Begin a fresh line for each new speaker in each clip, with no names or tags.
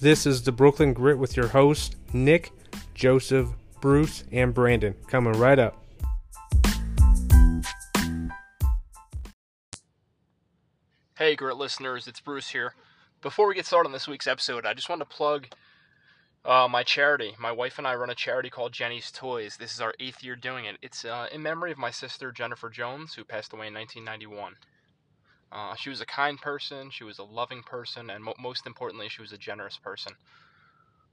This is the Brooklyn Grit with your host, Nick, Joseph, Bruce, and Brandon, coming right up.
Hey, Grit listeners, it's Bruce here. Before we get started on this week's episode, I just wanted to plug uh, my charity. My wife and I run a charity called Jenny's Toys. This is our eighth year doing it. It's uh, in memory of my sister, Jennifer Jones, who passed away in 1991. Uh, she was a kind person, she was a loving person, and mo- most importantly, she was a generous person.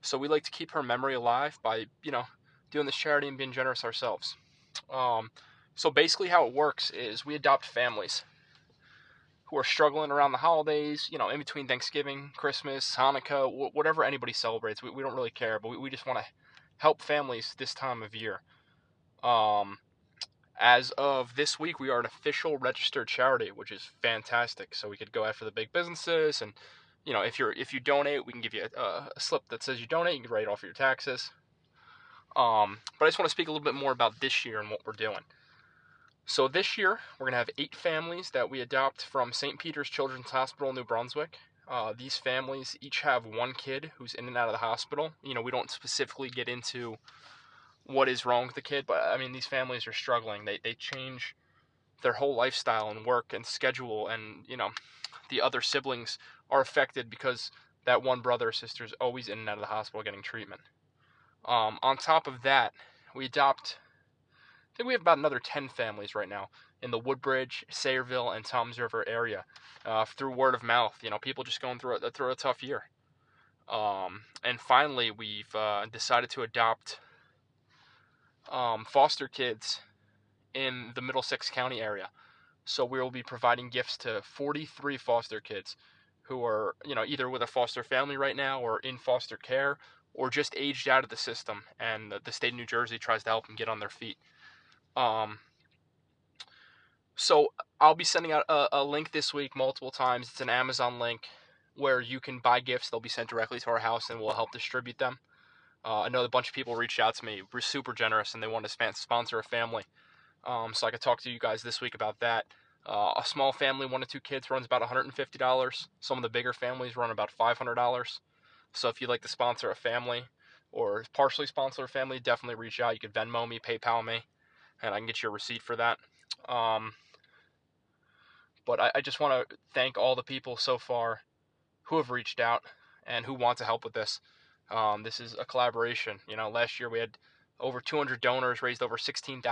So we like to keep her memory alive by, you know, doing this charity and being generous ourselves. Um, so basically, how it works is we adopt families who are struggling around the holidays, you know, in between Thanksgiving, Christmas, Hanukkah, wh- whatever anybody celebrates. We, we don't really care, but we, we just want to help families this time of year. Um, as of this week, we are an official registered charity, which is fantastic. So we could go after the big businesses, and you know, if you're if you donate, we can give you a, a slip that says you donate. You can write off your taxes. Um, but I just want to speak a little bit more about this year and what we're doing. So this year, we're going to have eight families that we adopt from St. Peter's Children's Hospital, New Brunswick. Uh, these families each have one kid who's in and out of the hospital. You know, we don't specifically get into what is wrong with the kid, but I mean, these families are struggling. They, they change their whole lifestyle and work and schedule, and, you know, the other siblings are affected because that one brother or sister is always in and out of the hospital getting treatment. Um, on top of that, we adopt I think we have about another 10 families right now in the Woodbridge, Sayreville, and Toms River area uh, through word of mouth. You know, people just going through a, uh, through a tough year. Um, and finally, we've uh, decided to adopt um, foster kids in the Middlesex County area. So we will be providing gifts to 43 foster kids who are, you know, either with a foster family right now or in foster care or just aged out of the system. And the, the state of New Jersey tries to help them get on their feet. Um, so I'll be sending out a, a link this week multiple times. It's an Amazon link where you can buy gifts. They'll be sent directly to our house, and we'll help distribute them. Uh, I know a bunch of people reached out to me. We're super generous, and they want to span- sponsor a family. Um, so I could talk to you guys this week about that. Uh, a small family, one to two kids, runs about $150. Some of the bigger families run about $500. So if you'd like to sponsor a family or partially sponsor a family, definitely reach out. You could Venmo me, PayPal me and I can get you a receipt for that. Um, but I, I just want to thank all the people so far who have reached out and who want to help with this. Um, this is a collaboration. You know, last year we had over 200 donors raised over $16,000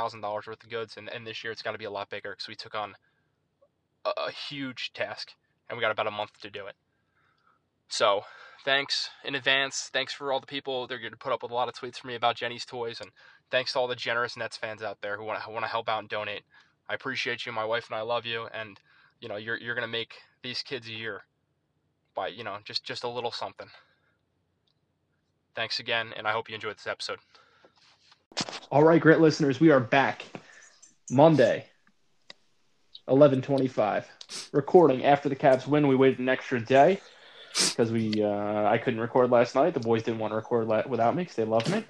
worth of goods, and, and this year it's going to be a lot bigger because we took on a, a huge task and we got about a month to do it. So, thanks in advance. Thanks for all the people. They're going to put up with a lot of tweets from me about Jenny's toys and thanks to all the generous Nets fans out there who want to, want to help out and donate. I appreciate you. My wife and I love you, and you know you're you're gonna make these kids a year by you know just just a little something. Thanks again, and I hope you enjoyed this episode.
All right, great listeners, we are back Monday, eleven twenty-five. Recording after the Cavs win, we waited an extra day because we uh, I couldn't record last night. The boys didn't want to record la- without me because they love me.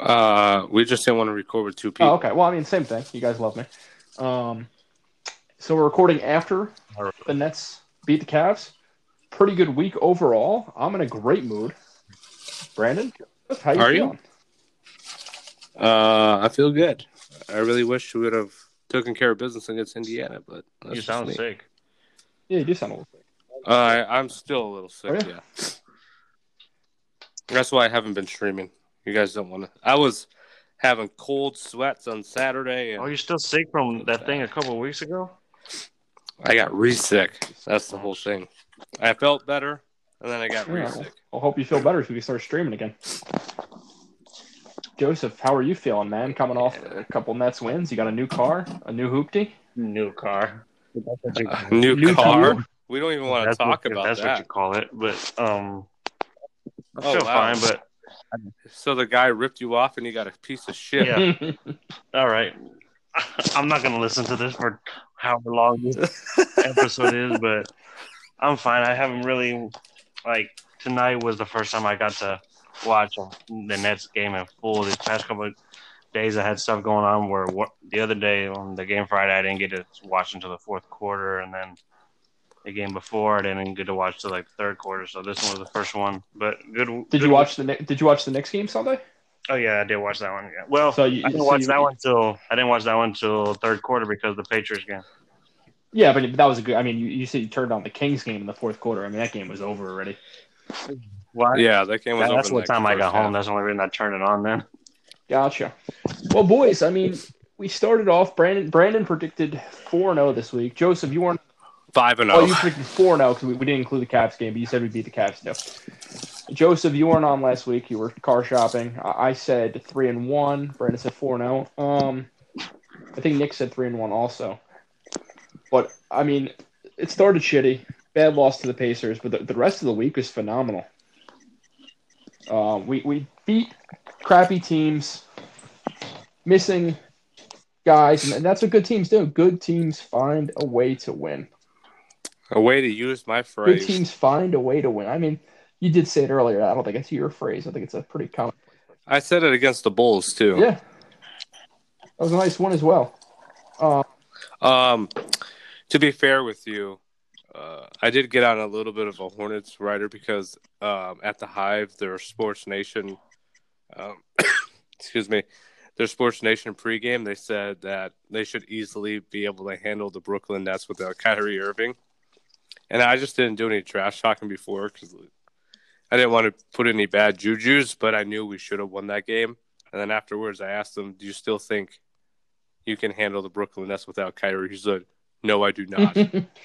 Uh, we just didn't want to record with two people.
Oh, okay. Well, I mean, same thing. You guys love me. Um, so we're recording after
All right.
the Nets beat the Cavs. Pretty good week overall. I'm in a great mood. Brandon, how you
Are you?
feeling?
Uh, I feel good. I really wish we would have taken care of business against Indiana, but that's
You
just
sound
me.
sick.
Yeah, you do sound a little sick.
Uh, I'm still a little sick.
Are you?
Oh, yeah. That's why I haven't been streaming. You guys don't want to. I was having cold sweats on Saturday, and
Oh, you're still sick from that thing a couple of weeks ago?
I got re sick. That's the whole thing. I felt better, and then I got re sick.
Well, hope you feel better if we start streaming again. Joseph, how are you feeling, man? Coming off a couple Nets wins, you got a new car, a new hoopty.
New car.
New,
New
car.
car?
We don't even want to
That's
talk
what,
about
that's what
that.
you call it. But um, I
Oh,
feel
wow.
fine. But
So the guy ripped you off, and you got a piece of shit.
Yeah. all right, I'm not gonna listen to this for however long this episode is. But I'm fine. I haven't really like tonight was the first time I got to watch the Nets game in full. These past couple of days, I had stuff going on. Where wha- the other day on the game Friday, I didn't get to watch until the fourth quarter, and then the game before. I didn't get to watch till like the third quarter, so this one was the first one. But good.
Did
good-
you watch the Knick- Did you watch the Knicks game Sunday?
Oh yeah, I did watch that one. Yeah. Well,
So you
I didn't
so
watch
you-
that one till I didn't watch that one till third quarter because of the Patriots game.
Yeah, but that was a good. I mean, you, you said you turned on the Kings game in the fourth quarter. I mean, that game was over already.
Well,
Yeah, that game was.
that-
over
that's
in,
what
like,
time I
first
got
half.
home. That's the only reason I turned it on then.
Gotcha. Well, boys, I mean, we started off. Brandon Brandon predicted four zero this week. Joseph, you weren't.
Five and
Oh, you
zero.
predicted four zero because we, we didn't include the Cavs game, but you said we beat the Cavs. No. Joseph, you weren't on last week. You were car shopping. I, I said three and one. Brandon said four zero. Um, I think Nick said three and one also. But I mean, it started shitty. Bad loss to the Pacers, but the, the rest of the week was phenomenal. Uh, we we beat crappy teams, missing guys, and that's what good teams do. Good teams find a way to win.
A way to use my
Good
phrase.
teams find a way to win. I mean, you did say it earlier. I don't think it's your phrase. I think it's a pretty common.
I said it against the Bulls too.
Yeah, that was a nice one as well. Uh,
Um, to be fair with you, uh, I did get on a little bit of a Hornets rider because um, at the Hive, their Sports Nation, um, excuse me, their Sports Nation pregame, they said that they should easily be able to handle the Brooklyn Nets without Kyrie Irving, and I just didn't do any trash talking before because I didn't want to put any bad juju's, but I knew we should have won that game. And then afterwards, I asked them, "Do you still think you can handle the Brooklyn Nets without Kyrie. He's like, no, I do not.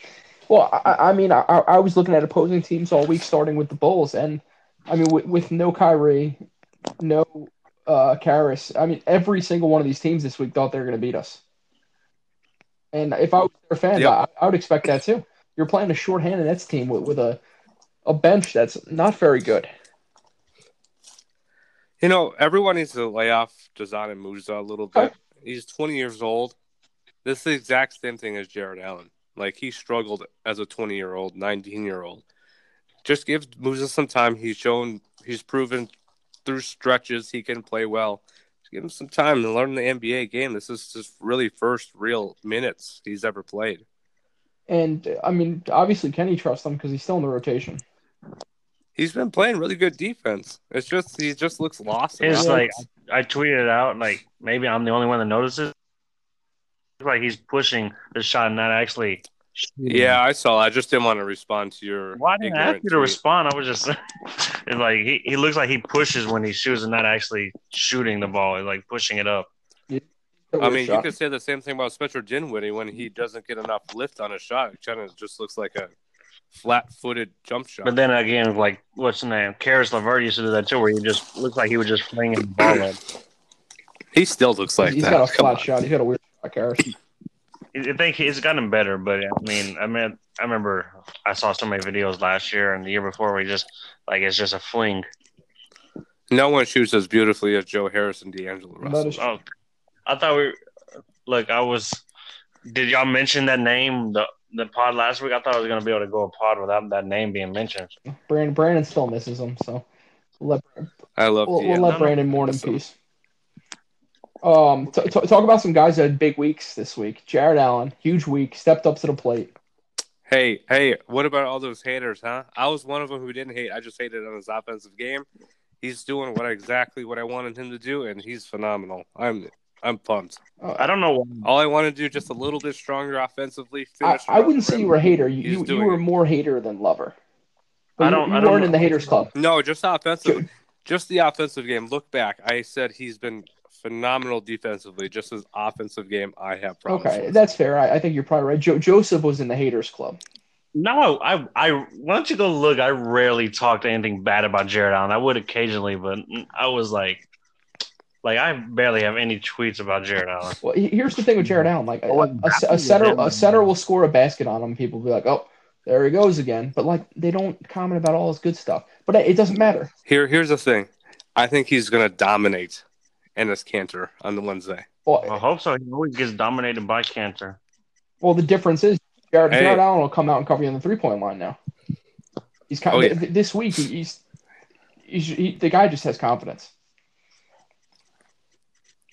well, I, I mean, I, I was looking at opposing teams all week, starting with the Bulls, and I mean, with, with no Kyrie, no uh, Karras, I mean, every single one of these teams this week thought they were going to beat us. And if I was their fan,
Yep.
I, I would expect that too. You're playing a shorthanded Nets team with, with a a bench that's not very good.
you know, everyone needs to lay off Dazan and Musa a little bit. He's 20 years old. This is the exact same thing as Jared Allen. Like, he struggled as a 20 year old, 19 year old. Just give Musa some time. He's shown, he's proven through stretches he can play well. Just give him some time to learn the NBA game. This is just really first real minutes he's ever played.
And uh, I mean, obviously, Kenny trusts him because he's still in the rotation.
He's been playing really good defense. It's just, he just looks lost.
It's
Yeah.
like I tweeted it out like maybe I'm the only one that notices. It's Like he's pushing the shot, not actually.
Yeah, I saw. I just didn't want to respond to your.
Why didn't I ask
ignorant
you to
tweet.
respond? I was just it's like he, he looks like he pushes when he shoots and not actually shooting the ball. He's like pushing it up.
I mean, you could say the same thing about Spencer Dinwiddie when he doesn't get enough lift on a shot. It kind of just looks like a flat-footed jump shot.
But then again, like what's the name? Karis Levert used to do that too, where he just looks like he was just flinging the ball. Up.
he still looks like
he's
that.
got a
Come
flat
on.
shot. He's got a weird shot, Karras.
I think it's gotten better, but I mean, I mean, I remember I saw so many videos last year and the year before where he just like it's just a fling.
No one shoots as beautifully as Joe Harris and D'Angelo Russell.
That is
Oh, I thought we. Look, I was. Did y'all mention that name the the pod last week? I thought I was gonna be able to go a pod without that name being mentioned.
Brandon, Brandon still misses him, so let,
I love
we'll, we'll
D'Angelo.
no,
let Brandon mourn in peace. Um, t- t- talk about some guys that had big weeks this week. Jared Allen, huge week, stepped up to the plate.
Hey, hey, what about all those haters, huh? I was one of them who didn't hate. I just hated on his offensive game. He's doing what exactly what I wanted him to do, and he's phenomenal. I'm I'm pumped.
Uh,
I don't know.
All I want to do just a little bit stronger offensively.
I,
Finish
I wouldn't say you were a hater. You,
He's
you, you
doing
were
it.
more hater than lover. But
I
you-
don't-
You,
I don't
weren't
know.
in the haters club.
No, just offensive. Just the offensive game. Look back. I said he's been phenomenal defensively. Just his offensive game, I have problems.
Okay,
with.
that's fair. I, I think you're probably right. Jo- Joseph was in the haters club.
No, I, I, why don't you go look? I rarely talked anything bad about Jared Allen. I would occasionally, but I was like, like I barely have any tweets about Jared Allen.
Well, he- here's the thing with Jared Allen. Like a,
Oh,
a, a center, a center will score a basket on him. People will be like, "Oh, there he goes again." But like, they don't comment about all his good stuff. But it doesn't matter.
Here, here's the thing. I think he's gonna dominate Ennis Cantor on the Wednesday.
Well,
I hope so. He always gets dominated by cancer.
Well, the difference is Jared,
Hey.
Jared Allen will come out and cover you on the three point line now. He's kind
Oh, yeah.
th- this week. he- He's, he's he, the guy just has confidence.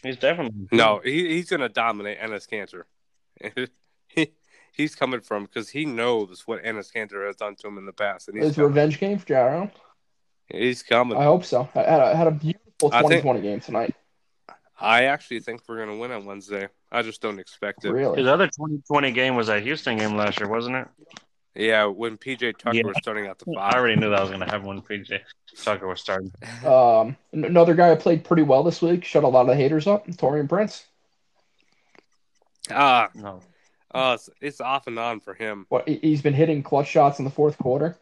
He's definitely
No, he, he's gonna dominate Ennis Cantor. he, he's coming from because he knows what Anastander has done to him in the past, and he's
It's a
coming.
revenge game for Jarrow.
He's coming.
I hope so. I had a, had a beautiful
I think-
2020 game tonight.
I actually think we're gonna win on Wednesday. I just don't expect it.
His
Really.
other 2020 game was that Houston game last year, wasn't it?
Yeah, when PJ Tucker
Yeah.
was starting out the five.
I already knew that was going to happen when PJ Tucker was starting.
Um, an- another guy who played pretty well this week, shut a lot of the haters up, Torian Prince.
Ah,
No.
uh, it's, it's off and on for him.
What he- He's been hitting clutch shots in the fourth quarter.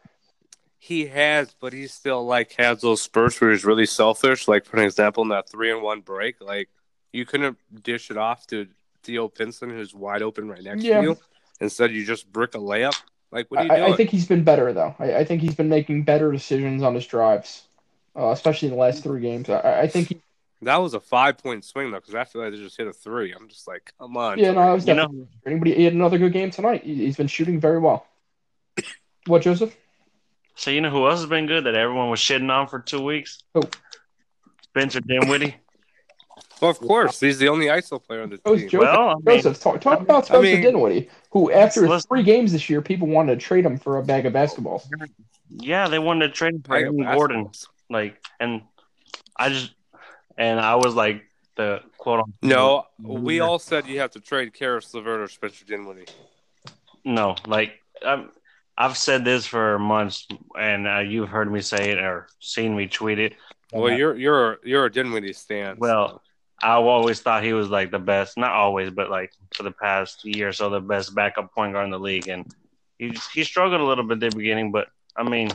He has, but he still like has those spurts where he's really selfish. Like for example, in that three and one break, like you couldn't dish it off to Theo Pinson, who's wide open right next
Yeah.
to you. Instead, you just brick a layup. Like what are you
I,
doing?
I think he's been better, though. I, I think he's been making better decisions on his drives, uh, especially in the last three games. I, I think he,
that was a five point swing though, because after that they just hit a three. I'm just like, come on.
yeah, no, I
Torian.
was
You know-
definitely frustrating, but he had another good game tonight. He, has been shooting very well. What, Joseph?
So you know who else has been good that everyone was shitting on for two weeks?
Who?
Spencer Dinwiddie.
Well, of course, he's the only ISO player on the
That was
team.
Joe-
well, I mean,
Joseph, talk, talk about Spencer
mean-
Dinwiddie, who after his
Listen.
three games this year, people wanted to trade him for a bag of basketballs.
yeah, they wanted to trade him for
I got
Aaron
basketballs.
Gordon. Like, and I just and I was like the quote on
No, we all said you have to trade Karis LeVert or Spencer Dinwiddie.
no like I'm, I've said this for months, and uh, you've heard me say it or seen me tweet it.
Well, you're you're you're a Dinwiddie stan.
Well, I always thought he was like the best, not always, but like for the past year or so, the best backup point guard in the league. And he, he struggled a little bit at the beginning, but I mean,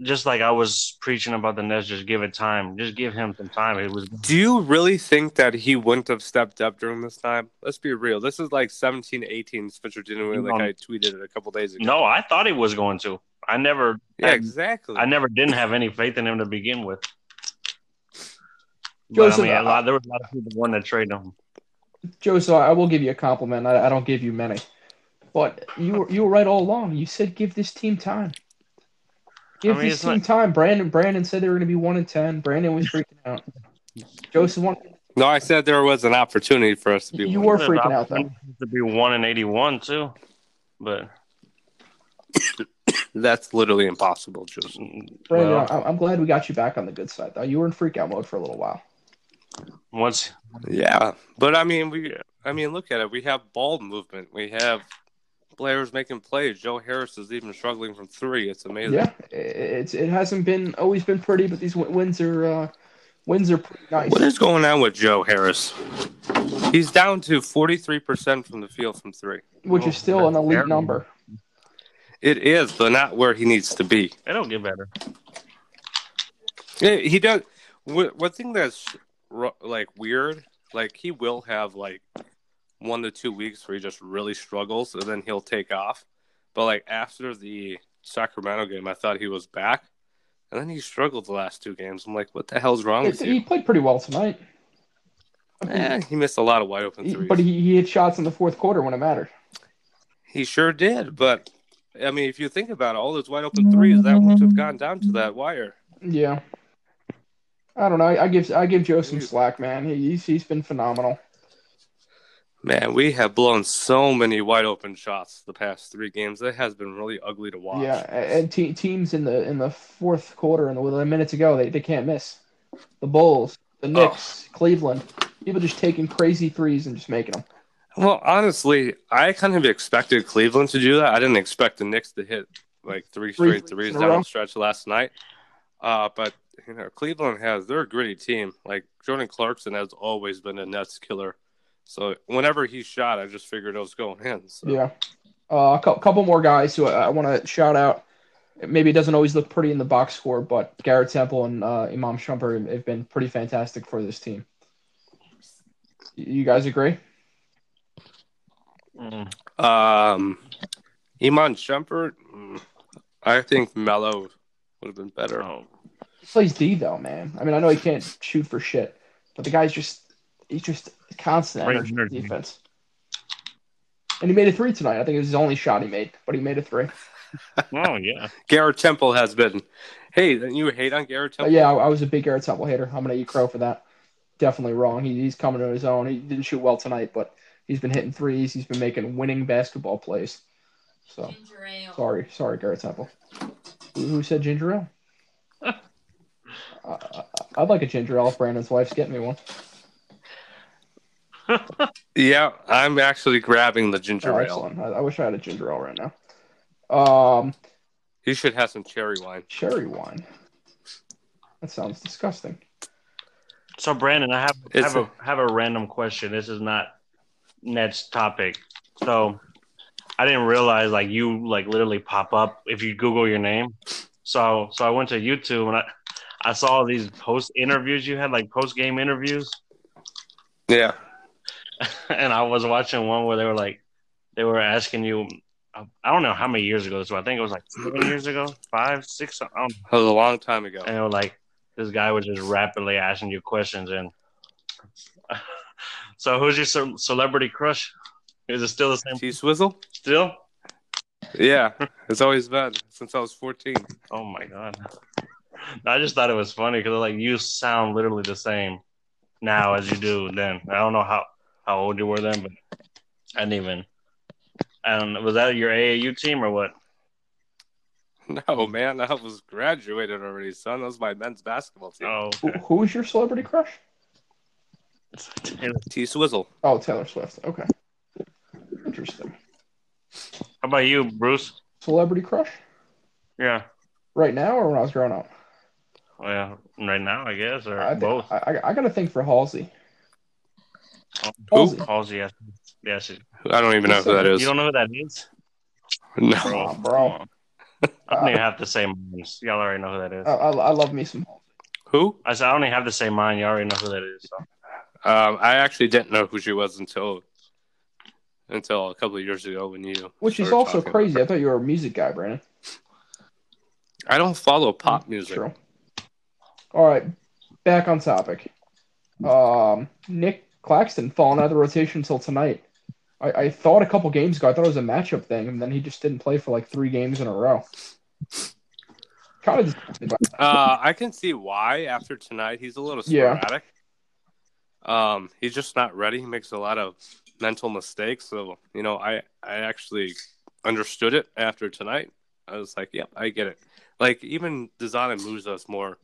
just like I was preaching about the Nets, just give it time. Just give him some time. It was
do you really think that he wouldn't have stepped up during this time? Let's be real. This is like 17, 18 Spencer Dinwiddie, like
No.
I tweeted it a couple days ago.
no, I thought he was going to. I never,
yeah, exactly.
I never didn't have any faith in him to begin with. But
Joseph,
I mean, a
I-
lot, there was a lot of people wanting to trade him.
Joseph, I will give you a compliment. I, I don't give you many, but you were you were right all along. You said give this team time. Give
mean,
this
it's
team
not-
time. Brandon Brandon said they were going to be one and ten. Brandon was freaking out. Joseph, wanted,
no, I said there was an opportunity for us to be.
you
one.
were freaking out though.
To be one and eighty-one too, but
That's literally impossible, Joseph.
Brandon,
well,
I, I'm glad we got you back on the good side though. You were in freak out mode for a little while.
once
Yeah, but I mean, we. I mean, look at it. We have ball movement. We have players making plays. Joe Harris is even struggling from three. It's amazing.
Yeah, i- it's it hasn't been always been pretty, but these win- wins are uh, wins are pretty nice.
What is going on with Joe Harris? He's down to 43% from the field from three.
which is still an elite
Fair.
number.
It is, but not where he needs to be.
it'll get better.
Yeah, He does. wh- One thing that's ru- like weird, like he will have like one to two weeks where he just really struggles and then he'll take off. But like after the Sacramento game, I thought he was back. And then he struggled the last two games. I'm like, what the hell's wrong
It's-
with
he
you?
played pretty well tonight,
Eh, he missed a lot of wide open
He-
threes.
but he, he hit shots in the fourth quarter when it mattered.
He sure did, but I mean, if you think about it, all those wide open threes that would have gone down to that wire.
Yeah. I don't know. I, I give I give Joe some
Dude.
slack, man. He, he's he's been phenomenal.
Man, we have blown so many wide open shots the past three games. It has been really ugly to watch.
Yeah, a- and te- teams in the in the fourth quarter and with a minute to go, they, they can't miss. The Bulls, the Knicks, Cleveland, people just taking crazy threes and just making them.
Well, honestly, I kind of expected Cleveland to do that. I didn't expect the Knicks to hit like three
Three
straight
threes in
threes
a
down
row.
the stretch last night. Uh, but you know, Cleveland has they're a gritty team. Like Jordan Clarkson has always been a Nets killer. So whenever he shot, I just figured it was going in. So.
Yeah, uh, a cou- couple more guys who I, I want to shout out. Maybe it doesn't always look pretty in the box score, but Garrett Temple and uh, Imam Shumpert have been pretty fantastic for this team. You guys agree?
Mm.
Um, Iman Shumpert, mm, I think Mello would have been better.
Oh,
He plays D though, man. I mean, I know he can't shoot for shit, but the guy's just he's just constant
Great
energy,
energy.
defense. And he made a three tonight. I think it was his only shot he made, but he made a three.
oh yeah.
Garrett Temple has been. Hey, then you hate on Garrett
But
Temple?
Oh, yeah, I, I was a big Garrett Temple hater. I'm gonna eat crow for that. Definitely wrong. He, he's coming to his own. He didn't shoot well tonight, but He's been hitting threes. He's been making winning basketball plays. So
Ginger ale.
sorry, sorry, Garrett Temple. Who, who said ginger ale? uh, I'd like a ginger ale. if Brandon's wife's getting me one.
Yeah, I'm actually grabbing the ginger
Oh,
ale.
excellent. I, I wish I had a ginger ale right now. Um,
You should have some cherry wine.
cherry wine. That sounds disgusting.
So Brandon, I have
It's
have a, have a random question. This is not Ned's topic. So I didn't realize like you like literally pop up if you Google your name. So so I went to YouTube and I I saw these post interviews you had like post game interviews
Yeah.
and I was watching one where they were like they were asking you I don't know how many years ago this was. I think it was like seven years ago, five, six. I don't know.
That was a long time ago.
and it was like this guy was just rapidly asking you questions and so who's your ce- celebrity crush is it still the same
Cheese swizzle?
still
Yeah, it's always been since I was 14.
oh my god i just thought it was funny because like you sound literally the same now as you do then i don't know how how old you were then but i didn't even and was that your aau team or what
No, man, I was graduated already, son. That was my men's basketball team.
oh
Who, who was your celebrity crush?
how
T Swizzle.
Oh, Taylor Swift. Okay. Interesting.
about you bruce
Celebrity crush?
yeah
Right now or when I was growing up?
well right now i guess or
I, think,
both
I, I, I got to think for Halsey.
Who?
Halsey.
Halsey, yes. Yes. You
I don't even know who that is.
don't know who that is?
No.
Bro.
on, bro.
come on. I don't even have to say mine. Y'all already know who that is.
I, I, I love me some Halsey.
Who?
I said, I don't even have to say mine. Y'all already know who that is. So.
Um, I actually didn't know who she was until until a couple of years ago when you.
Which is
started
also
talking about
crazy.
her.
I thought you were a music guy, Brandon.
I don't follow pop music.
True. All right, back on topic. Um, Nick Claxton falling out of the rotation until tonight. I, I thought a couple games ago, I thought it was a matchup thing, and then he just didn't play for like three games in a row. Kind of disappointed by that.
Uh, I can see why after tonight he's a little
Yeah.
sporadic. Um, he's just not ready. He makes a lot of mental mistakes. So you know, I I actually understood it after tonight. I was like, yep, I get it. Like even Design moves us more,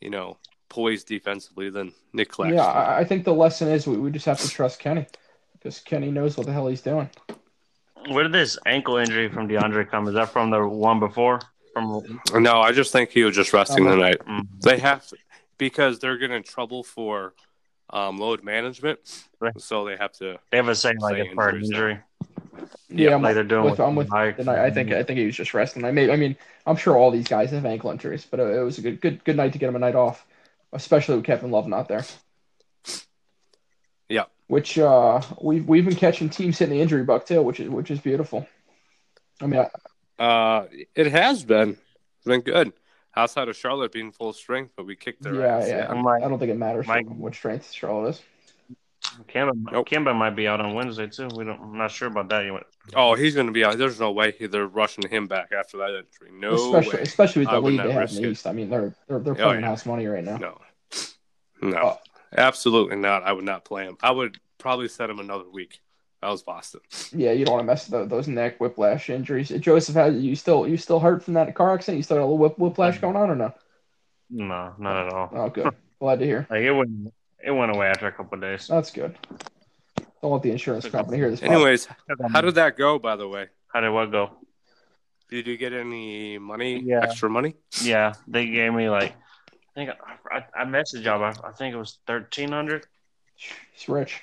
you know, poised defensively than Nick Claxton.
Yeah, I, I think the lesson is we, we just have to trust Kenny because Kenny knows what the hell he's doing.
Where did this ankle injury from DeAndre come? Is that from the one before? From
No, I just think he was just resting
Uh-huh.
tonight.
Mm.
They have to, because they're getting in trouble for um, load management,
Right.
so they have to.
They have a saying like
Saying
it's for an
injuries,
injury.
Yeah, I'm
like they're doing
with-
with,
I'm with
Mike.
And I, I think I think he was just resting. I may, I mean, I'm sure all these guys have ankle injuries, but uh, it, it was a good good good night to get him a night off, especially with Kevin Love not there.
Yeah.
Which uh, we've we've been catching teams hitting the injury bug too, which is which is beautiful. I mean, I,
Uh, it has been it's been good outside of Charlotte being full strength, but we kicked their
Yeah,
ass.
yeah.
I'm like,
I don't think it matters
Mike-
what strength Charlotte is.
Kimba,
Nope.
Kimba might be out on Wednesday too. We don't. I'm not sure about that. You went,
Oh, he's going to be out. There's no way he- they're rushing him back after that injury. No
especially
way.
especially with
I
the
would
lead
not
they have
risk
in the
it.
East. I mean, they're they're they're
Oh,
playing
yeah.
house money right now.
No, no,
Oh.
absolutely not. I would not play him. I would probably set him another week. That was Boston.
Yeah, you don't want to mess with tho- those neck whiplash injuries. Uh, Joseph, how you still you still hurt from that car accident? You still got a little whip, whiplash
Mm.
going on or no?
no, not at all.
Oh, good. Glad to hear.
Like it went. It went away after a couple of days.
That's good. Don't let the insurance company hear this. Anyway,
Anyways,
um,
how did that go? By the way,
How did what go?
did you get any money?
Yeah.
Extra money?
Yeah, they gave me like I think I, I, I messaged y'all. I, I think it was thirteen hundred.
it's rich.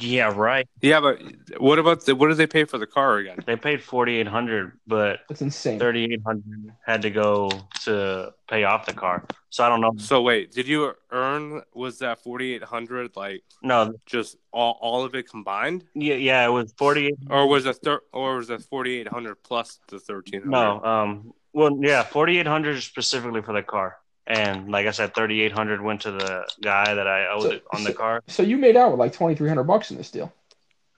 Yeah, right.
Yeah, but what about the, what did they pay for the car again?
They paid forty eight hundred, but
It's insane.
thirty eight hundred had to go to pay off the car. So I don't
Mm.
know.
So wait, did you earn was that forty eight hundred like
No,
just all, all of it combined,
yeah, yeah, it was forty eight.
or was it thir- or was it forty eight hundred plus the thirteen hundred?
No, um, well, yeah, forty eight hundred specifically for the car, and like I said, thirty eight hundred went to the guy that I owed
So-
it on the car.
So you made out with like twenty three hundred bucks in this deal.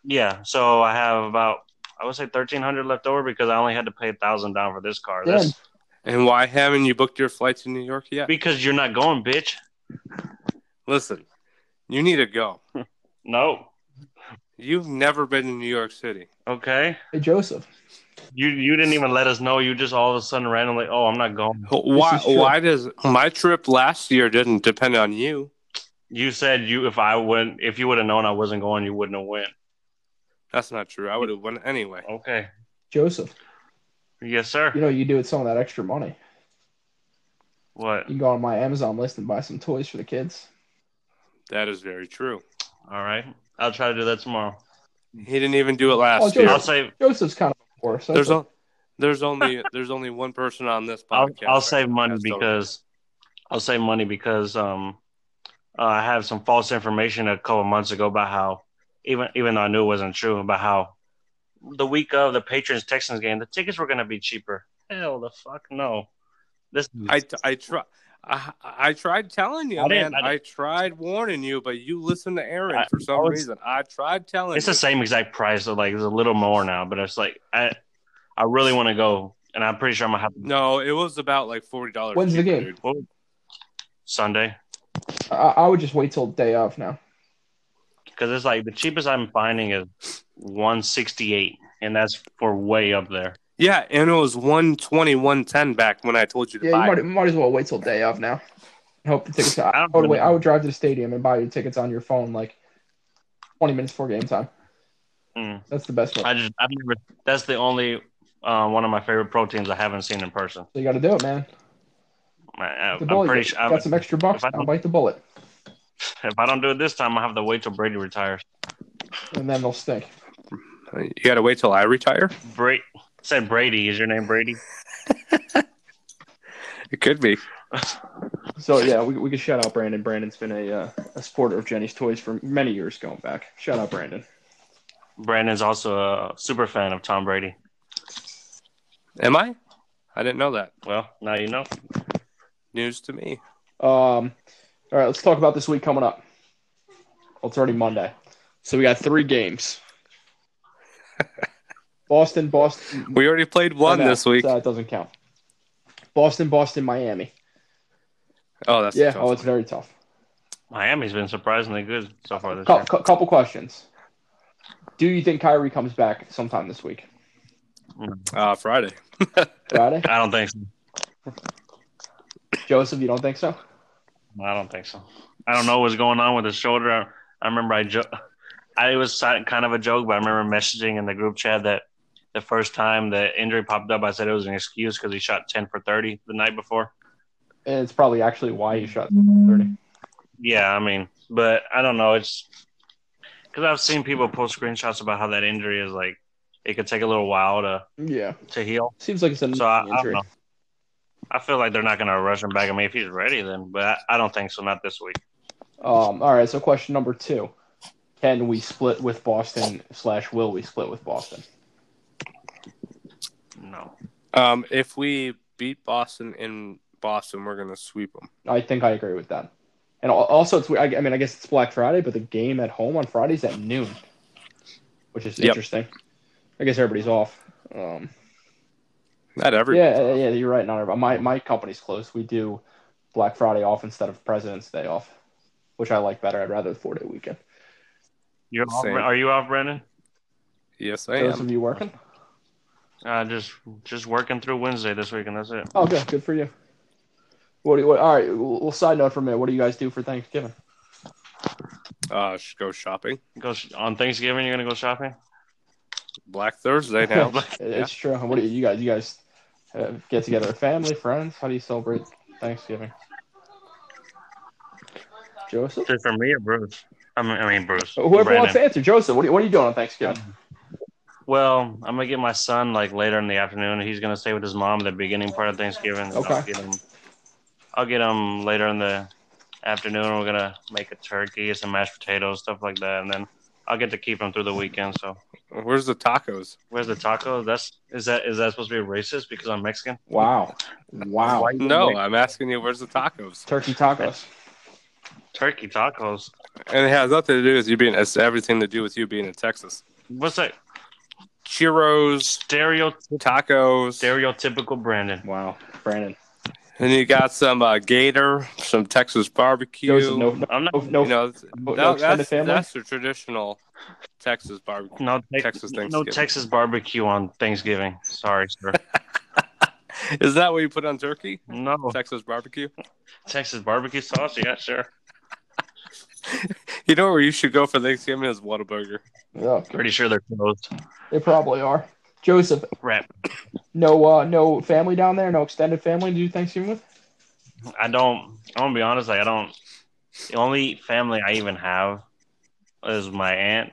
Yeah, so I have about I would say thirteen hundred left over because I only had to pay a thousand down for this car.
Damn.
That's
And why haven't you booked your flight to New York yet?
because you're not going, bitch.
Listen, you need to go.
No.
You've never been in New York City.
Okay.
Hey, Joseph.
You you didn't even let us know. You just all of a sudden randomly, oh, I'm not going.
Why?
is true.
Why does my trip last year didn't depend on you?
You said you if I wouldn't if you would have known I wasn't going, you wouldn't have went.
That's not true. I would have won anyway.
Okay.
Joseph,
Yes, sir.
you know you do with some of that extra money.
What?
You can go on my Amazon list and buy some toys for the kids.
That is very true.
All right. I'll try to do that tomorrow.
He didn't even do it
Oh,
last
Joe-
year.
I'll save
Joseph's kind of poor. So
There's o- there's only there's only one person on this
I'll,
podcast.
I'll
right
save
now.
money
That's the-
because I'll save money because um uh, I have some false information a couple months ago about how even even though I knew it wasn't true about how the week of the Patriots Texans game the tickets were going to be cheaper. Hell the fuck no. This
I I try. I, I tried telling you,
I didn't-
man.
I
I, tried warning you, but you listened to Aaron
I-
for some
I was-
reason. I tried telling
it's
you.
the same exact price so like it's a little more now but it's like I I really want to go and I'm pretty sure I'm going to have to
no, it was about like forty dollars.
When's the game?
Sunday
I, I would just wait till day off now.
because it's like the cheapest I'm finding is 168 and that's for way up there.
Yeah, and it was one twenty one ten back when I told you to
Yeah, you
buy.
might,
it.
might as well wait till day off now. And hope the tickets. I,
I
I
don't
would
really-
wait, I would drive to the stadium and buy your tickets on your phone like 20 minutes before game time.
Mm.
That's the best way.
I just I've never. That's the only uh, one of my favorite proteins I haven't seen in person.
so you got to do it, man.
I, I,
The
I'm
bullet.
pretty sure. I'm,
got some extra bucks.
if I
I'll
don't-
bite the bullet,
if I don't do it this time, I will have to wait till Brady retires.
and then they'll stink.
You got to wait till I retire.
Bra- said Brady is your name, Brady.
It could be.
So yeah, we, we could shout out Brandon. Brandon's been a uh, a supporter of Jenny's Toys for many years going back. Shout out Brandon.
Brandon's also a super fan of Tom Brady.
Am I? I didn't know that.
Well, now you know.
News to me.
Um, all right, let's talk about this week coming up. Well, it's already Monday, so we got three games. Boston, Boston.
We already played one
Oh, no,
this week.
so That doesn't count. Boston, Boston, Miami.
oh, that's
yeah,
tough.
oh, it's very tough.
Miami's been surprisingly good so far this
Cou-
year.
cou- couple questions. Do you think Kyrie comes back sometime this week?
uh, Friday.
Friday?
I don't think so.
Joseph, you don't think so?
I don't think so. I don't know what's going on with his shoulder. I, I remember I jo- I it was si- kind of a joke, but I remember messaging in the group chat that the first time the injury popped up, I said it was an excuse because he shot ten for thirty the night before.
And it's probably actually why he shot 30.
Yeah, I mean, but I don't know. It's because I've seen people post screenshots about how that injury is like it could take a little while to
Yeah.
to heal.
Seems like it's an
So I, I don't
injury.
know. I feel like they're not going to rush him back. I mean, if he's ready, then. But I, I don't think so. Not this week.
Um, all right, so question number two. Can we split with Boston slash will we split with Boston?
No.
Um, if we beat Boston in Boston, we're gonna sweep them.
I think I agree with that. And al- also, it's weird- I I mean, I guess it's Black Friday, but the game at home on Fridays at noon, which is
Yep.
interesting. I guess everybody's off. Um,
Not every.
yeah, yeah, yeah, you're right. Not everybody. My my company's closed. We do Black Friday off instead of President's Day off, which I like better. I'd rather the four day weekend.
You're off,
Same.
Bren- are you off, Brandon?
Yes, I
Those
am.
of you working?
Uh, just just working through Wednesday this week, and that's it.
Oh, good, good for you. What, do you, what? All right. Well, side note for a minute. What do you guys do for Thanksgiving?
Uh, sh- go shopping.
Go sh- on Thanksgiving. You're gonna go shopping.
Black Thursday now.
It- It's true. What do you, you guys? You guys uh, get together, with family, friends. How do you celebrate Thanksgiving? Joseph, Uh,
Just for me or Bruce? I mean, I mean Bruce.
whoever wants
Brandon.
to answer. Joseph, what are, you, what are you doing on Thanksgiving?
Well, I'm gonna get my son like later in the afternoon. He's gonna stay with his mom the beginning part of Thanksgiving. and I'll
Okay.
get him. I'll get him later in the afternoon. We're gonna make a turkey, some mashed potatoes, stuff like that, and then I'll get to keep him through the weekend. So,
Where's the tacos?
where's the taco? That's is that is that supposed to be racist because I'm Mexican?
Wow, wow.
Why you
No,
make
I'm asking you. Where's the tacos?
Turkey tacos.
turkey tacos.
And it has nothing to do with you being. It's everything to do with you being in Texas.
What's that?
Churros,
Stereo
tacos.
stereotypical Brandon.
Wow, Brandon.
And you got some uh, gator, some Texas barbecue.
Joseph, no, no,
I'm not.
no, no,
you know,
no
no,
extended
that's,
family?
that's the traditional Texas barbecue.
No, Tex-
Texas
no
Thanksgiving.
Texas barbecue on Thanksgiving. Sorry, sir.
Is that what you put on turkey?
No
Texas barbecue.
Texas barbecue sauce. Yeah, sure.
You know where you should go for Thanksgiving is Whataburger.
yeah,
Pretty sure they're closed.
they probably are. Joseph,
Rap.
no, uh, no family down there, no extended family to do Thanksgiving with.
I don't. I'm gonna be honest. Like I don't. The only family I even have is my aunt,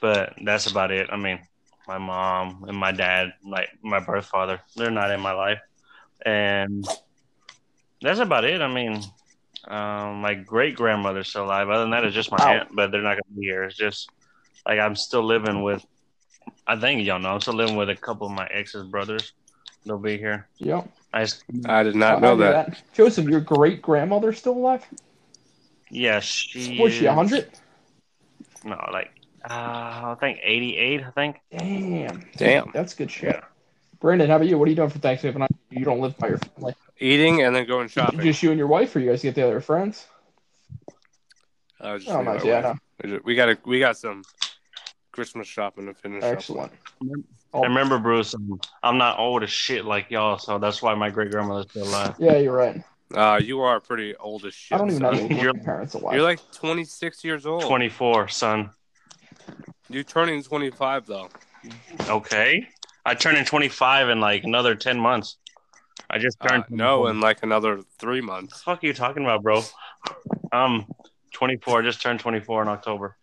but that's about it. I mean, my mom and my dad, like my birth father, they're not in my life, and that's about it. I mean, um, my great grandmother's still alive. Other than that, it's just my
Wow.
aunt, but they're not gonna be here. It's just like I'm still living with. I think y'all know I'm still living with a couple of my ex's brothers. They'll be here.
Yep,
I s-
I did not
I
know
knew
that.
Joseph, your great grandmother's still alive?
yeah, she
Was she
is-
hundred?
no, like uh, I think eighty-eight. I think
Damn,
Damn.
that's good shit. Brandon, how about you? What are you doing for Thanksgiving? I- You don't live by your family.
Eating and then going shopping.
Just you and your wife, or you guys get the other friends?
I was just
Oh,
thinking
nice.
about
Yeah, no.
it. We ju- We got a, we got some Christmas shopping to finish up.
excellent.
I
Oh.
remember Bruce. I'm- I'm not old as shit like y'all, so that's why my great grandmother's still alive.
Yeah, you're right.
Uh, you are pretty old as shit.
I don't even know
son.
if my
You're-
parents alive.
You're like 26 years old.
Twenty-four, son.
You're turning 25 though.
Okay, I turn in twenty-five in like another ten months. I just
Uh,
turned.
no,
24.
in like another three
the
months.
fuck are you talking about, bro? Um, twenty-four. I just turned twenty-four in October.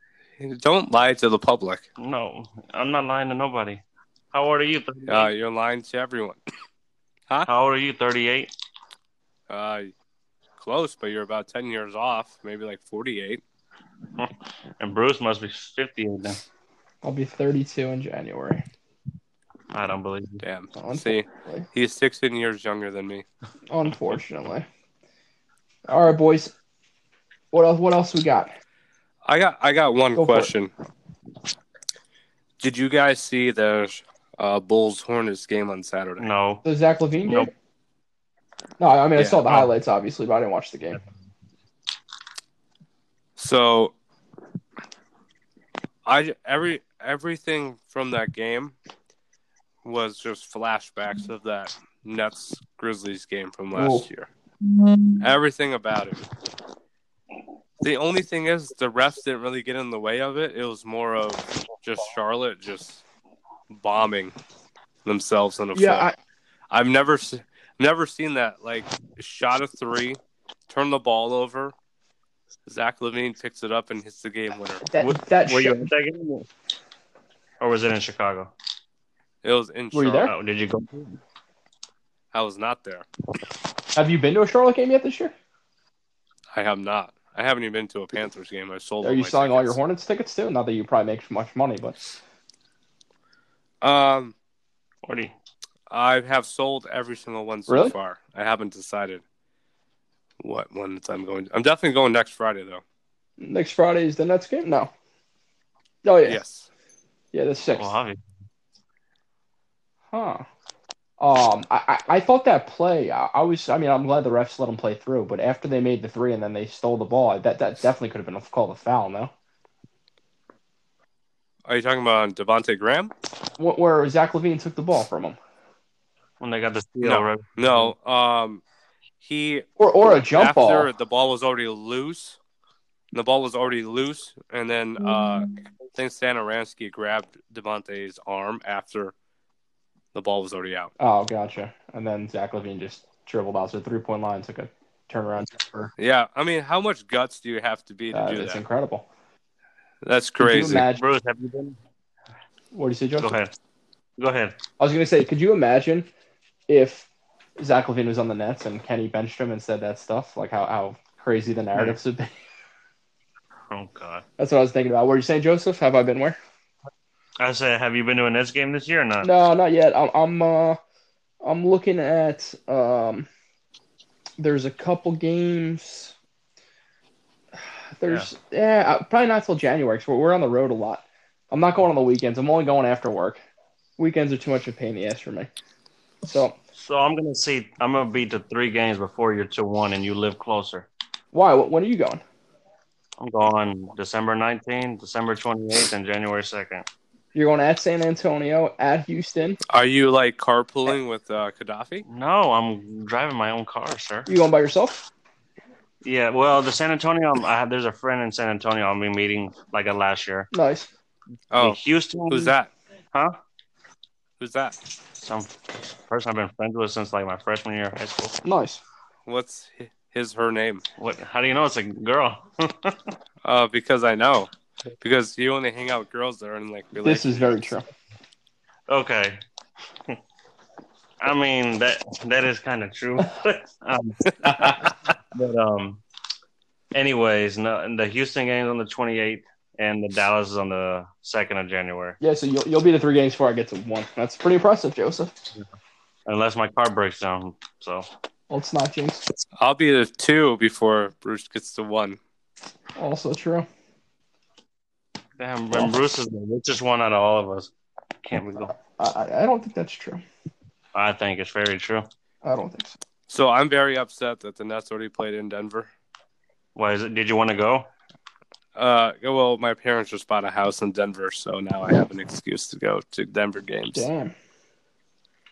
Don't lie to the public.
No, I'm not lying to nobody. How old are you? 38?
Uh, you're lying to everyone.
How old are you? Thirty-eight.
Uh, close, but you're about 10 years off. Maybe like 48.
And Bruce must be fifty-eight then.
I'll be 32 in January.
I don't believe. you.
Damn.
Oh,
See,
Really?
he's 16 years younger than me.
Unfortunately. All right, boys. What else? What else we got?
I got I got one
Go for it.
question. Did you guys see the uh, Bulls Hornets game on Saturday?
No.
The Zach Levine game?
Nope.
No, I mean I
Yeah,
saw the
Oh.
no.
highlights, obviously, but I didn't watch the game.
So I every everything from that game was just flashbacks of that Nets Grizzlies game from last
Ooh.
year. Everything about it. The only thing is the refs didn't really get in the way of it. It was more of just Charlotte just bombing themselves in the
Yeah,
foot.
I,
I've never se- never seen that. Like shot a three, turn the ball over. Zach Levine picks it up and hits the game winner.
that
What-
that
Were you
shit-
at that game? Or was it in Chicago?
It was in
Were you
Charlotte.
there?
Oh, did you go?
I was not there.
Have you been to a Charlotte game yet this year?
I have not. I haven't even been to a Panthers game. I sold.
Are
all
you
my
selling all your
tickets.
Hornets tickets too? Not that you probably make much money, but
Um,
Or do you-
I have sold every single one so
Really?
far. I haven't decided what ones I'm going. I'm definitely going next Friday though.
next Friday is the Nets game. No. Oh yeah, yeah,
Yes.
the sixth.
Well,
Uh-huh.
obviously.
Huh. Um, I, I, I thought that play. I, I was. I mean, I'm glad the refs let them play through, but after they made the three and then they stole the ball, that that definitely could have been a call of foul. No,
Are you talking about Devonte Graham?
Wh- where Zach Levine took the ball from him,
When they got the steal,
No.
right?
No.
Mm-hmm.
Um, he
or or a jump
after
ball.
the ball was already loose. The ball was already loose, and then uh, I think Santoransky grabbed Devontae's arm after the ball was already out.
Oh, gotcha. And then Zach Levine just dribbled out to the three point line, took a turnaround. jumper.
Yeah, I mean, how much guts do you have to be to
Uh,
do
it's
that?
incredible.
That's
Could you
crazy.
imagine-
Bruce, have you been?
what do you say,
Go
Joseph?
ahead. Go ahead.
I was gonna say, could you imagine if Zach Levine was on the Nets and Kenny benched him and said that stuff? Like how how crazy the narratives would be.
Oh God.
That's what I was thinking about. What were you saying, Joseph? Have I been where?
I said, have you been to a Nets game this year or not?
No, not yet. I'm I'm uh, I'm looking at um. There's a couple games. There's yeah, uh probably not till January because we're, we're on the road a lot. I'm not going on the weekends. I'm only going after work. Weekends are too much of a pain in the ass for me. So
So I'm gonna see. I'm gonna be to three games before you're to one, and you live closer.
why? Wh- When are you going?
I'm going December 19th, December 28th, and January 2nd.
You're going at San Antonio, at Houston.
Are you like carpooling with uh, Gaddafi?
No, I'm driving my own car, sir.
You going by yourself?
Yeah, well, the San Antonio. I'm- I have, there's a friend in San Antonio. I'll be meeting like a last year.
Nice.
Oh,
Houston.
who's that?
Huh?
Who's that?
Some person I've been friends with since like my freshman year of high school.
Nice.
What's hi- his her name?
What? How do you know it's a girl?
Uh, because I know. Because you only hang out with girls that are in like
This
relationships.
is very true.
okay. I mean that that is kind of true. um, but um, anyways, no, the Houston game's on the 28th, and the Dallas is on the 2nd of January.
Yeah, so you'll, you'll be to three games before I get to one. That's pretty impressive, Joseph.
Unless my car breaks down, so
Well, it's not jinx.
I'll be the two before Bruce gets the one.
Also true.
damn. And Bruce is the richest one out of all of us. Can't we go?
I, I I don't think that's true.
I think it's very true.
I don't think so.
So I'm very upset that the Nets already played in Denver.
Why is it? Did you want to go?
Uh, well, my parents just bought a house in Denver, so now I have an excuse to go to Denver games.
Damn.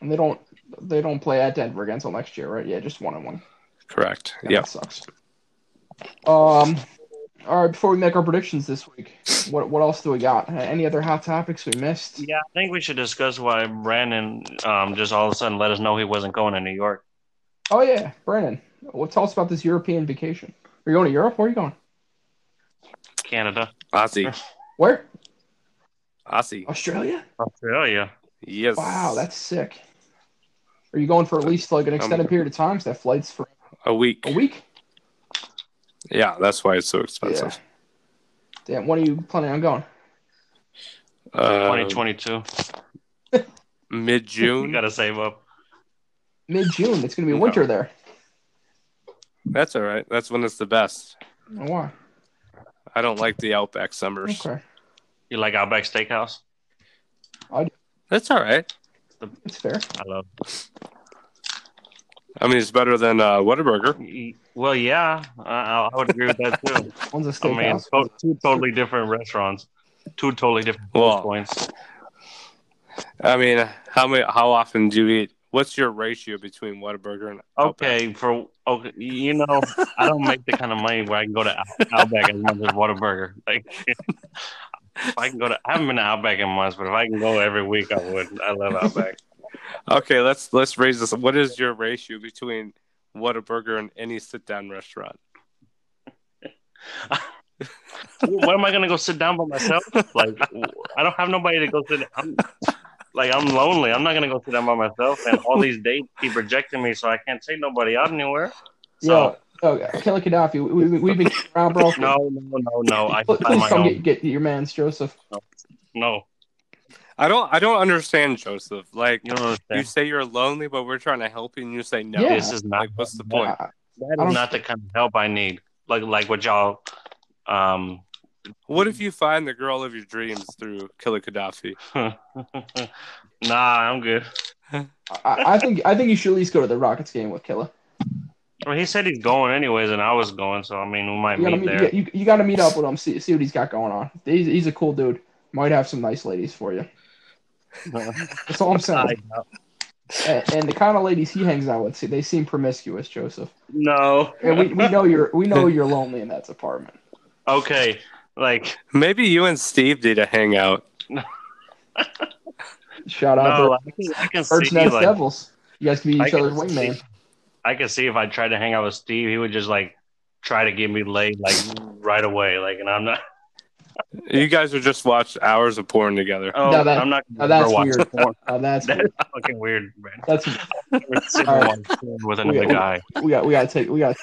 And they don't they don't play at Denver again until next year, right? Yeah, just one on one.
Correct.
Yeah,
Yeah.
That sucks. Um, all right. Before we make our predictions this week, what what else do we got? Uh, Any other hot topics we missed?
Yeah, I think we should discuss why Brandon um, just all of a sudden let us know he wasn't going to New York.
Oh yeah, Brandon. Well, tell us about this European vacation. Are you going to Europe? Where are you going?
Canada,
Aussie.
Where?
Aussie.
Australia.
Australia.
Yes.
Oh, Wow, that's sick. Are you going for at least like an extended period of time? So that flight's for
a week.
a week.
Yeah, that's why it's so expensive.
Damn. When are you planning on going?
Uh,
2022.
Mid
You
June.
gotta save up.
Mid June. It's gonna be
No.
winter there.
That's all right. That's when it's the best.
Oh, wow.
I don't like the outback summers.
Okay.
You like Outback Steakhouse?
That's all right.
It's fair.
I love.
I mean, it's better than uh, Whataburger.
Well, yeah, I, I would agree with that too.
One's a
I mean,
steakhouse.
to- two totally different restaurants, two totally different price
Well,
points.
I mean, how many? How often do you eat? What's your ratio between Whataburger and
Oh,
Outback?
Okay, for okay, you know, I don't make the kind of money where I can go to Out- Outback as much as Whataburger. Like, if I can go to, I haven't been to Outback in months, but if I can go every week, I would. I love Outback.
Okay, let's let's raise this. What is your ratio between Whataburger and any sit-down restaurant?
Where am I gonna go sit down by myself? Like, I don't have nobody to go sit. I'm, like, I'm lonely. I'm not gonna go sit down by myself. And all these dates keep rejecting me, so I can't take nobody out anywhere.
Yo,
So
oh, Kelly Gaddafi, we, we, we've been around, bro.
uh, no, no, no, no. I
Pl-
just have
please
my
come
own.
get, get your man's Joseph.
No,
I don't I don't understand, Joseph. Like
you don't
you
understand.
say you're lonely, but we're trying to help you, and you say no.
Yeah.
This is not
Like, what's the point?
I- I
that
don't-
is not the kind of help I need. Like, like what y'all. Um,
What if you find the girl of your dreams through Killer Gaddafi?
nah, I'm good.
I, I think I think you should at least go to the Rockets game with Killa.
Well, he said he's going anyways, and I was going, so I mean, we might
You gotta
meet there.
meet, you, you gotta meet up with him, see, see what he's got going on. He's, he's a cool dude. Might have some nice ladies for you. That's all I'm saying. And, and the kind of ladies he hangs out with, see, they seem promiscuous, Joseph.
no.
And we, we know you're we know you're lonely in that apartment.
Okay, like
Maybe you and Steve need to hang out.
Shout out
no,
to
I can, I can
Earth's
see
Nest
like
Devils. You guys can be each
I
other's
can
wingman.
see- I can see if I tried to hang out with Steve, he would just like try to get me laid like right away, like, and I'm not.
You guys would just watch hours of porn together.
Oh,
No, that-
I'm not.
Now that's
ever watch
weird.
porn.
Now that's
That
weird.
is fucking weird, man.
That's
We're sitting
All right.
watching porn with another
We- we-
guy.
we got we got to take we got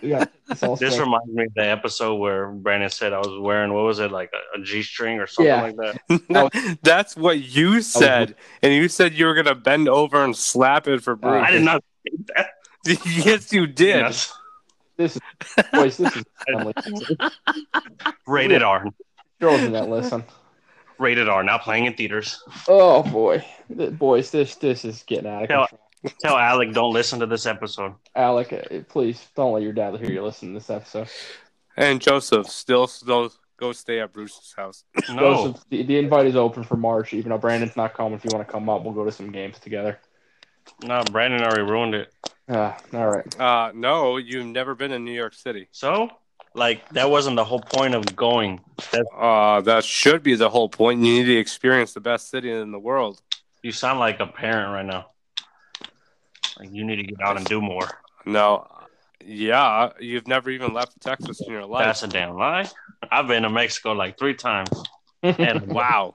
we got this all
This
straight.
reminds me of the episode where Brandon said I was wearing what was it like a, a g-string or something
Yeah.
like that.
That's what you said, and you said you were gonna bend over and slap it for Bruce.
I did not. That.
yes, you did.
That's
This is boys, this is
rated R.
girls in that listen.
Rated R. Not playing in theaters.
Oh boy, Th- boys, this this is getting out of
Yeah.
control.
Tell Alec don't listen to this episode.
Alec, uh, please don't let your dad hear you listen to this episode.
And Joseph still still go stay at Bruce's house.
No,
Joseph, the, the invite is open for March, even though Brandon's not coming. If you want to come up, we'll go to some games together.
no, Brandon already ruined it.
Ah, all right.
Uh, no, you've never been in New York City.
So, like, that wasn't the whole point of going. That
Uh, that should be the whole point. You need to experience the best city in the world.
you sound like a parent right now. Like, you need to get out and do more.
No, yeah, you've never even left Texas in your life.
That's a damn lie. I've been to Mexico like three times. And wow.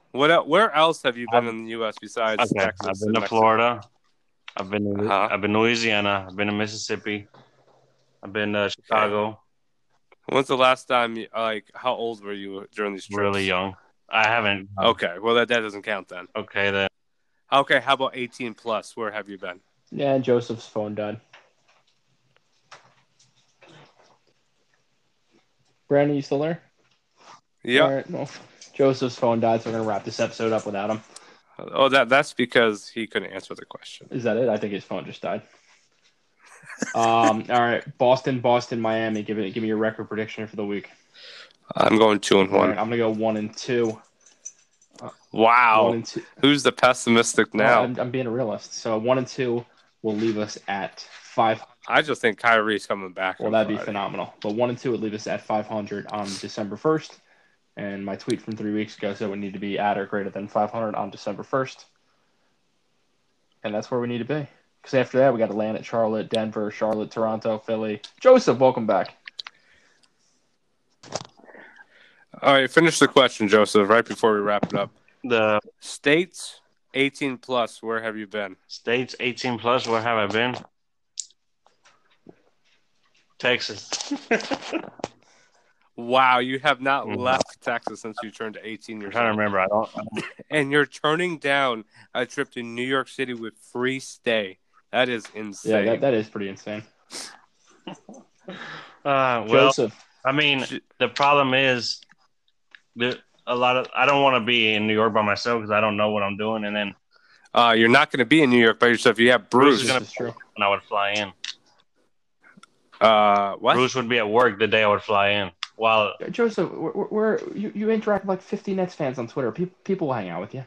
wow. What? el- Where else have you been in the U.S. besides
Okay,
Texas?
I've been
and
to
Mexico?
Florida. I've been to,
Uh-huh.
I've been to Louisiana. I've been to Mississippi. I've been to Chicago.
When's the last time? You, like, how old were you during these trips?
Really young. I haven't.
Okay. Well, that that doesn't count then.
Okay, then.
Okay. How about 18 plus? Where have you been?
Yeah, and Joseph's phone died. Brandon, you still there? All
Yeah.
right, well, Joseph's phone died, so we're gonna wrap this episode up without him.
Oh, that that's because he couldn't answer the question.
Is that it? I think his phone just died. um. All right, Boston, Boston, Miami. Give it. Give me your record prediction for the week.
I'm going two and
All
one.
right, I'm gonna go one and two. One
Wow.
and two.
Who's the pessimistic
Well,
now?
I'm, I'm being a realist. So one and two will leave us at five.
I just think Kyrie's coming back.
Well,
on
that'd be
Friday.
phenomenal. But one and two would leave us at 500 on December 1st. And my tweet from three weeks ago said we need to be at or greater than 500 on December 1st. And that's where we need to be. Because after that, we got Atlanta, Charlotte, Denver, Charlotte, Toronto, Philly. Joseph, welcome back.
All right. Finish the question, Joseph. Right before we wrap it up.
The
States 18 plus. Where have you been?
states 18 plus, where have I been? Texas.
Wow, you have not
Mhm.
left Texas since you turned 18
I'm
years
trying to
old.
remember. I don't.
And you're turning down a trip to New York City with free stay. That is insane.
Yeah, that, that is pretty insane.
Uh, well,
Joseph,
I mean, the problem is that a lot of I don't want to be in New York by myself because I don't know what I'm doing, and then
Uh, you're not going to be in New York by yourself. You have
Bruce
Bruce.
is
this
gonna-
is true.
when I would fly in,
Uh, what?
Bruce would be at work the day I would fly in. While
Joseph, we're, we're, you, you interact with like 50 Nets fans on Twitter. People, people will hang out with you.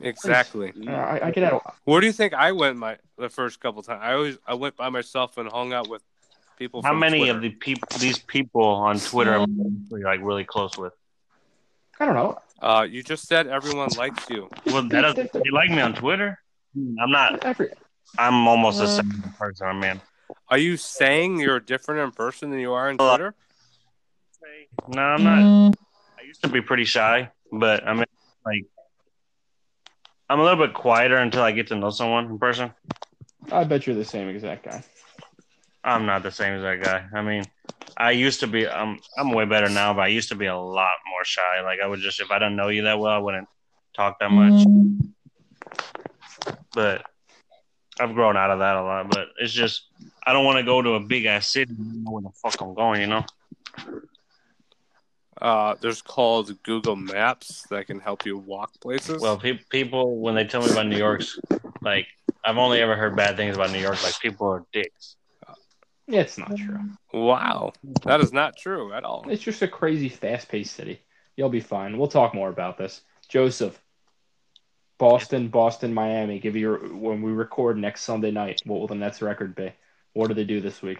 Exactly.
Uh, I, I get out. of-
Where do you think I went my the first couple times? I always I went by myself and hung out with people.
how
from
many
Twitter.
of the people, these people on Twitter, am I like really close with?
I don't know.
Uh, you just said everyone likes you.
Well, that doesn't, they like me on Twitter. I'm not.
Every,
I'm almost the same person. I'm in.
Are you saying you're different in person than you are on Twitter?
No, I'm not. I used to be pretty shy, but I'm like, I'm a little bit quieter until I get to know someone in person.
I bet you're the same exact guy.
I'm not the same as that guy. I mean, I used to be. I'm I'm way better now, but I used to be a lot more shy. Like I would just, if I didn't know you that well, I wouldn't talk that much.
Mm-hmm.
But I've grown out of that a lot. But it's just, I don't want to go to a big ass city. and not know where the fuck I'm going, you know.
Uh, there's called Google Maps that can help you walk places.
Well, pe- people when they tell me about New York's, like I've only ever heard bad things about New York. Like people are dicks.
Yeah, it's not true.
wow, that is not true at all.
It's just a crazy fast paced city. You'll be fine. We'll talk more about this. Joseph, Boston, Boston, Miami. Give you your when we record next Sunday night. What will the Nets record be? What do they do this week?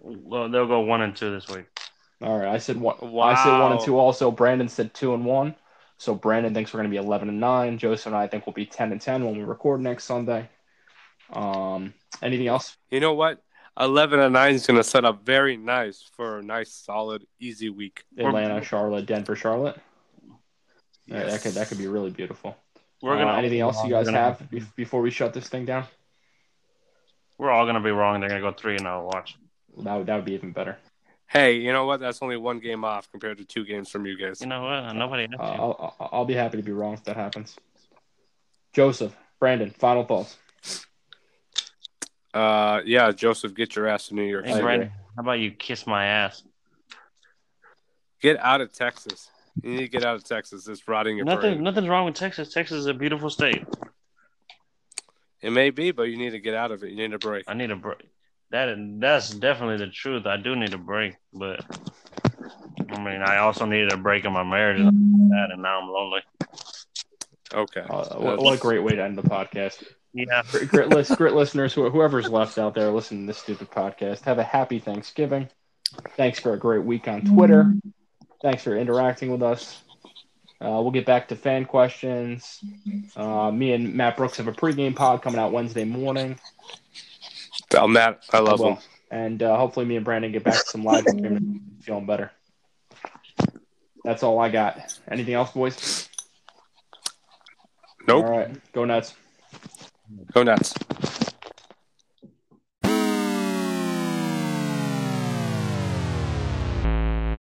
Well, they'll go one and two this week.
All right, I said one.
Wow.
I said one and two. Also, Brandon said two and one. So Brandon thinks we're going to be eleven and nine. Joseph and I think we'll be ten and ten when we record next Sunday. Um, anything else?
You know what? Eleven and nine is going to set up very nice for a nice, solid, easy week.
Atlanta, Charlotte, Denver, Charlotte. All right, that could that could be really beautiful.
We're
Uh,
gonna.
anything else you
we're
guys
gonna-
have be- before we shut this thing down?
We're all gonna be wrong. They're gonna go three and zero. Watch.
That would, that would be even better.
Hey, you know what? That's only one game off compared to two games from you guys.
You know what? Nobody.
Uh, I'll, I'll- I'll be happy to be wrong if that happens. Joseph, Brandon, final thoughts.
Uh, yeah, Joseph, get your ass to New York.
Hey,
I
City.
agree.
Brandon, how about you kiss my ass?
Get out of Texas. You need to get out of Texas. It's rotting your
Nothing.
brain.
Nothing's wrong with Texas. Texas is a beautiful state.
It may be, but you need to get out of it. You need a break.
I need a break. That that's definitely the truth. I do need a break, but I mean, I also needed a break in my marriage and all that, and now I'm lonely.
Okay.
Uh, what, what a great way to end the podcast.
Yeah,
Grit, grit, list, grit listeners, who- whoever's left out there listening to this stupid podcast, have a happy Thanksgiving. Thanks for a great week on Twitter. Thanks for interacting with us. Uh, we'll get back to fan questions. Uh, me and Matt Brooks have a pregame pod coming out Wednesday morning.
I'm not. I love
Well,
them.
And uh, hopefully, me and Brandon get back to some live streaming, feeling better. That's all I got. Anything else, boys?
Nope.
All right, go nuts.
Go nuts.